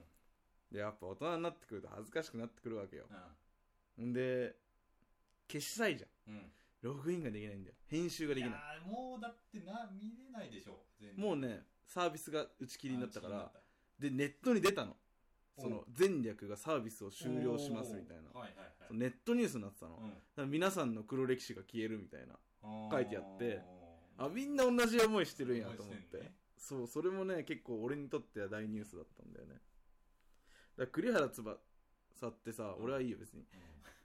でやっぱ大人になってくると恥ずかしくなってくるわけよんで消したいじゃん
うん
ログインができないんだよ編集ができない
いやーもうだってな見れないでしょ全然
もうねサービスが打ち切りになったか
あ
らでネットに出たのその全略がサービスを
打ち切り
終
にな
了
った
しますみたいな
おーはいはいはい
そのネットニュースになってたの、だか
う
ら皆さんの黒歴史が消えるみたいなん書いてあって
あー
あみんな同じ思いしてるんやと思っ
してんの
て
ね
そうそれもね結構俺にとっては大ニュースだったんだよねだから栗原翼ってさ俺はいいよ別に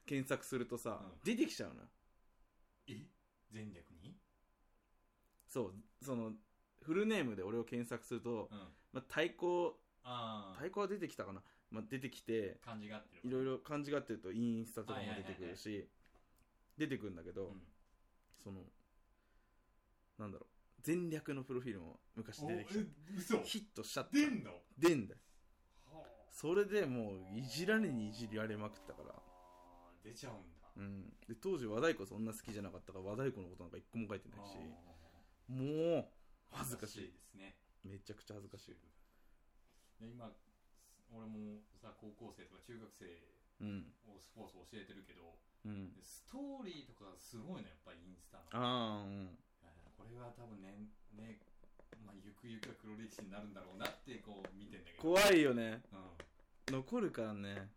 検索するとさ、
うん
出てきちゃうのよ
え全略に
そうそのフルネームで俺を検索すると、
うん
まあ、対抗
ああ
対抗は出てきたかな、まあ、出てきて
漢字が合ってる
いろいろ漢字があってるとインスタとかも出てくるし、出てくるんだけど、
うん
そのなんだろう全略のプロフィールも昔
お
出てき
え
た
嘘
ヒットしちゃった
出んの
出んだよ
は
それでもういじられにいじられまくったから
あ出ちゃうんだ
うんで当時和太鼓そんな好きじゃなかったから和太鼓のことなんか一個も書いてないし
あ
もう
ー
恥ずかしい
ですね
めちゃくちゃ恥ずかしい
で今俺もさ高校生とか中学生
うん
をスポーツ教えてるけど
うん
でストーリーとかがすごいのやっぱりインスタの
ああうん
あーこれは多分ねね、まあ、ゆくゆくは黒歴史になるんだろうなってこう見てんだけど
怖いよね
うん
残るからね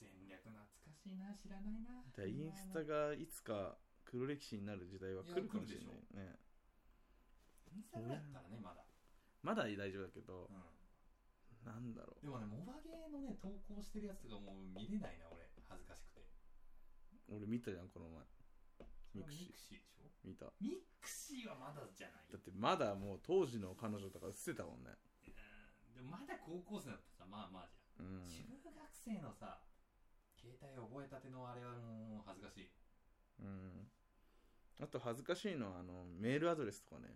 全略懐かししいな、知らないな。
だからインスタがいつか黒歴史になる時代は来るかもしれないね
インスタグラムだったらね、まだ。
まだ大丈夫だけど
うん。
なんだろ
でもね、モバゲーのね、投稿してるやつがもう見れないな、俺。恥ずかしくて。
う俺見たじゃんこの前ミク
ミ
シ
クシーでしょ
ー見ただ
ミクシーはまだじゃない。
ってまだもう当時の彼女とか捨てたもんね
うんでもまだ高校生だったらさ、まあまあじゃん。
うん
中学生のさ、携帯覚えたてのあれはもう恥ずかしい。
うんあと恥ずかしいのはあのメールアドレスとかね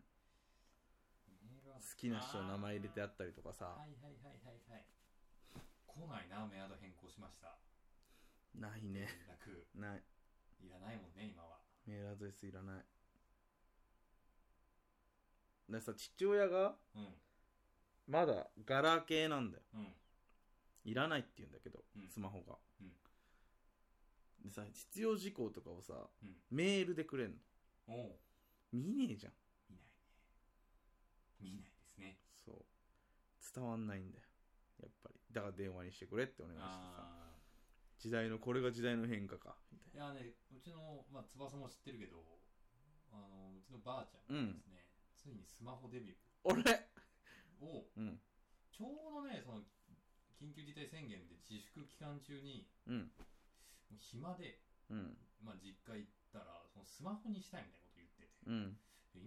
メールは
好きな人の名前入れてあ
あー
ったりとかさ
はいはいはいはいはい。来ないな、メアド変更しました。
ないね
連絡。
ない
いらないもんね、今は。
メールアドレスいらないだからさ父親が
うん。
まだガラケーなんだよ
うん。
いらないって言うんだけど、
うん
スマホが、
うん
でさ必要事項とかをさ
うん。
メールでくれんの
おう。
見ねえじゃん
見ないね。見ないですね。
そう伝わんないんだよやっぱりだから電話にしてくれってお願いしてさ
ああ。
時代のこれが時代の変化かみたい
い
な
やね、うちの、まあ、翼も知ってるけど、あの、うちのばあちゃんがですね、ついにスマホデビュ
俺
ーを、
うん
ちょうどね、その、緊急事態宣言で自粛期間中に、
うん
もう暇で、
うん
まあ、実家行ったら、そのスマホにしたいみたいなこと言ってて、
う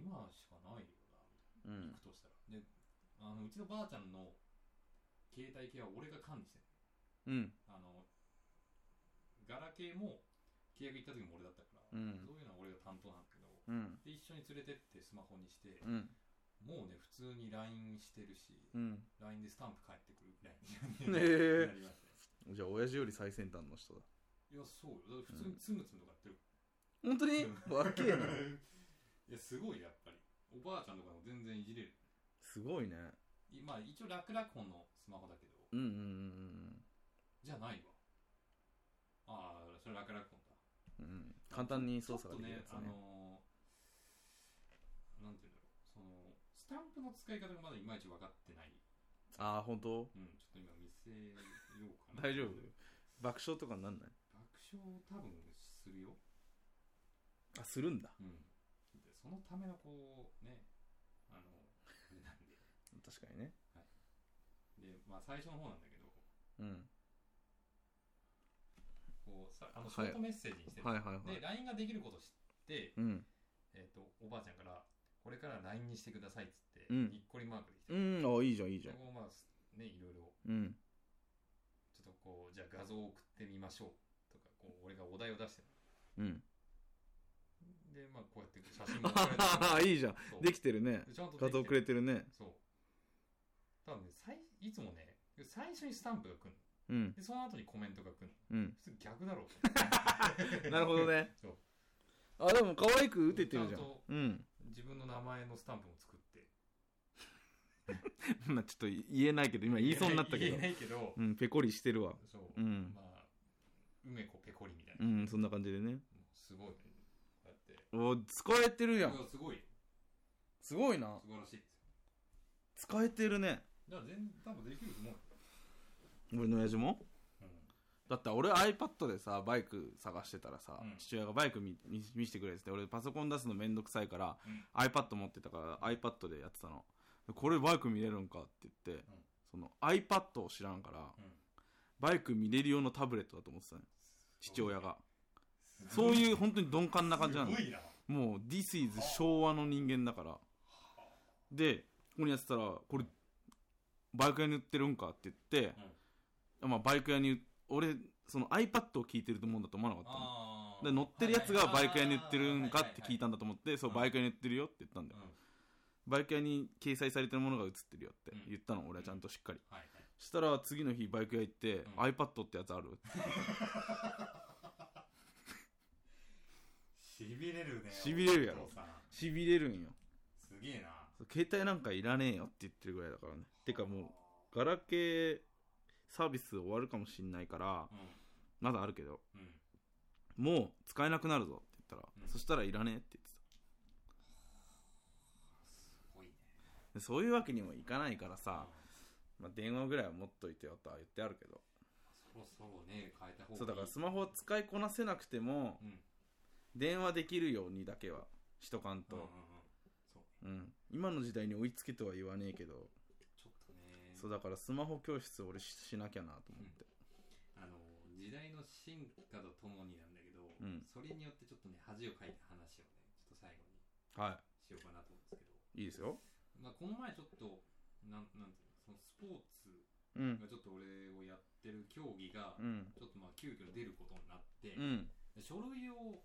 ん
で今しかないよな、
うん
行くとしたら。で、あの、うちのばあちゃんの携帯系は俺が管理して
うん
る。あの、ガラケーも契約行った時も俺だったから、
うん
そういうのは俺が担当なんだけど、
うん
で、一緒に連れてってスマホにして、
うん
もうね、普通に LINE してるし、
うん
LINE でスタンプ返ってくるぐらい
ね え
になりましたよ
じゃあ親父より最先端の人だ
いや、そうよ。だから普通につむつむとかやってる。
本当に若えな
いや、すごい、やっぱり。おばあちゃんとかも全然いじれる。
すごいね
いまあ、一応、楽々本のスマホだけど、
うんうんうん
じゃないわ。ああ、それ楽々本だ。
うんうん簡単に操作ができるや
ち
つ
ょっと
ね
ね、あのーなんていうんだろう、その、スタンプの使い方がまだいまいち分かってない。
ああー本当
うん、ちょっと今見せようかな。
大丈夫爆笑とかになんない
爆笑多分するよ。
あするんだ
うん。でそのためのこう、ね、あの、あれなんで。
確かにね
で、まあ最初の方なんだけど、
うん
こう、さあの、シ
はい
ョートメッセージにしてる。
はいはいはい
で、LINE ができること知って、
うん
えっ、と、おばあちゃんから、これから LINE にしてくださいっつって、
うん
にっこりマークできて、
うんあいいじゃんいいじ
で
ゃん
こうまあ、ね、いろいろ、
うん
ちょっとこう、じゃあ画像を送ってみましょうとか、こう、俺がお題を出して
うん
る。で、まあ、こうやって写真も送られて
あいいじゃん
そ う
できてるね
でちゃんとできて
画像くれてるね
そう。多分ね、最いつもね、最初にスタンプが来るの。
うん
で、その後にコメントが来るの。
うん
普通逆だろうと思っ て。
なるほどね
そう。
あでも可愛く打ててるじゃん
ちゃんと
うん
自分の名前のスタンプも作って。
まあちょっと言えないけど今言いそうになったけど
言えないけど、
うんペコリしてるわ
そう。
うん
まあ、梅子ペコリみたいな。
う
も
んそんな感じでね
うすごいね。こうやって。
お使えてるや
い
ん
やすごい。
すごいな
素晴らしいですよ。
使えてるね
だから全多分できると思う。
俺の親父も
うん。
だって俺 iPad でさバイク探してたらさ、
うん
父親がバイク見見見せてくれって言って俺パソコン出すのめんどくさいから、iPad 持ってたから iPad でやってたのでこれバイク見れるんかって言って、その iPad を知らんから、
うん
バイク見れる用のタブレットだと思ってたのよ父親がそう
う
いう本当に鈍感な感じなの
すごいな。
もう This is 昭和の人間だからでここにやってたらこれバイク屋に売ってるんかって言って、まあ、バイク屋に俺その iPad を聞いてると思うんだと思わなかったの
あー
で乗ってるやつがバイク屋に売ってるんか
はいは
って聞いたんだと思ってそうバイク屋に売ってるよって言ったんだ
は
よ
いはい
バイク屋に掲載されてるものが映ってるよって
うん
言ったの俺はちゃんとしっかり
うんはいはい
したら次の日バイク屋行って
ん
iPad ってやつある
しびれるね
痺れるやろ
お父さん
しびれるんよ
すげえな
そう携帯なんかいらねえよって言ってるぐらいだからねてかもうガラケーサービス終わるかもしんないから
うん
まだあるけど
うん
もう使えなくなるぞって言ったら、
うん
そしたらいらねえって言ってた
すごいね
でそういうわけにもいかないからさ、
うん
まあ、電話ぐらいは持っといてよとは言ってあるけど
そろそろね、変えた方がいい。
そうだからスマホを使いこなせなくても
うん。
電話できるようにだけはしとかん
うんうんうん
と、う
そう。
ん今の時代に追いつけとは言わねえけど、
ちょっとね。
そうだからスマホ教室俺ししなきゃなと思って、
あの時代の進化とともになんだけど、
うん
それによってちょっとね恥をかいた話をねちょっと最後に
は
しようかなと思うんですけど、
いいいですよ
まあ、この前ちょっとなんなんていうのそのスポーツ
うん
がちょっと俺をやってる競技が
う、ん
ちょっとまあ急遽出ることになって、
うん
で書類を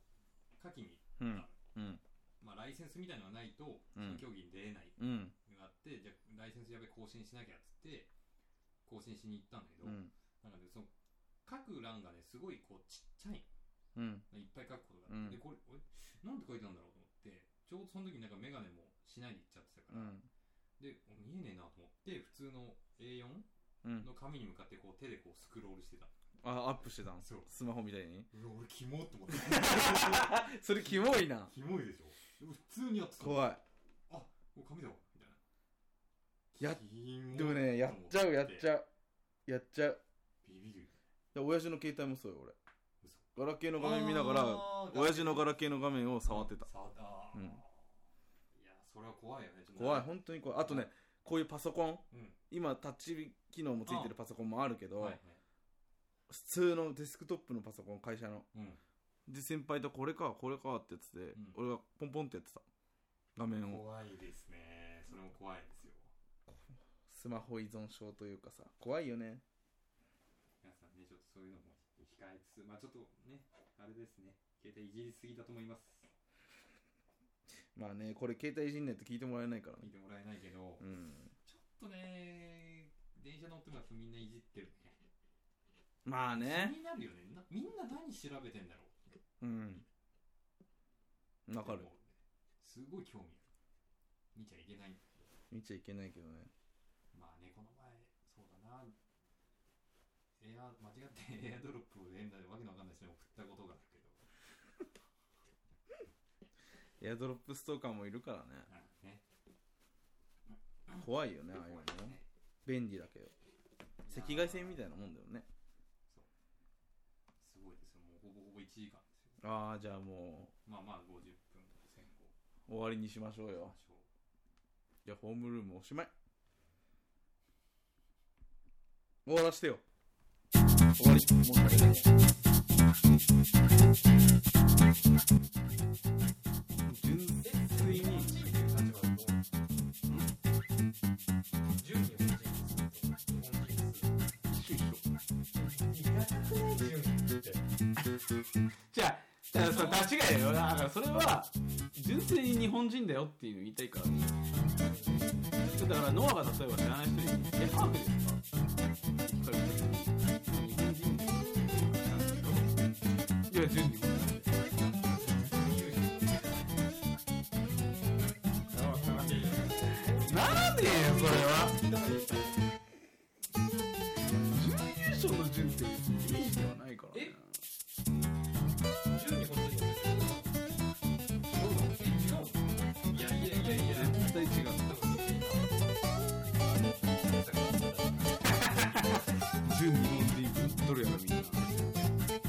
書きに
う
行った
んう
の、
ん
まあ、ライセンスみたいのがないとそ
うん
の競技に出れない
うん
のがあって、じゃあライセンスやべえ更新しなきゃっつって更新しに行ったんだけど、
うん
なんかねその書く欄がねすごいこうちっちゃい
うん
いっぱい書くことがあっ
うん
て、でこれ俺なんて書いたんだろうと思ってちょうどその時になんか眼鏡もしないで行っちゃって
う
たから、
ん
でお見えねえなと思って普通の A4
うん
の紙に向かってこう手でこうスクロールしてた
あアップしてたん
そう
スマホみたいに
うわ俺キモって 思って
それキモいな
キモいでしょでも普通にやってたも
怖
う紙だわみたいな
やっ
キモ
いでもねやっちゃうやっち
う
ゃうやっちゃう
ビビる
で親父の携帯もそうよ俺
嘘
ガラケーの画面見ながら
あー
親父のガラケーの画面を触ってた
触ったあー
うん
いやそれは怖いよねちょっと
怖い本当に怖いあとねこういうパソコン
うん
今タッチ機能もついてるパソコンもあるけど、
はいはい
普通のデスクトップのパソコン会社の
うん
で先輩とこれかこれかってやつで、
ん
俺がポンポンってやってた画面を
怖いですねそれも怖いですよ
スマホ依存症というかさ怖いよね
皆さんねちょっとそういうのも控えつつまあちょっとねあれですね携帯いじりすぎだと思います
まあねこれ携帯いじんないと聞いてもらえないから
見
ね
てもらえないけど、
うん
ちょっとね電車乗ってもやっぱみんないじってるね
まあね
気になるよねなみんな何調べてんだろ
うん
う
わかる
って思うねすごい興味ある見ちゃいけないんだけど
見ちゃいけないけどね
まあねこの前そうだなエア間違って エアドロップを連打でわけのわかんない人に送ったことがあるけ
エ
ど
アドロップストーカーもいるからね
なんかね
怖いよねああいうの
怖い
ね
ですね
便利だけど赤外線みたいなもんだよね
すごいですよ。もうほぼほぼ1時間ですよ。
ああじゃあも
まあまあ50分前後
う終わりにしましょう
し
よ
ましょう。
じゃあホームルームおしまい終わらしてよ終わりもう終わり純粋にじゃあじゃあその間違いよだからそれは純粋に日本人だよっていうの言いたいからだからノアが例えば知らない人に「えハーフですか?」って言ったら日本人ですよいや純日本人ですよなんでよそれは準優勝の準っていいではないからね絶対違う準日本人どれやらみんな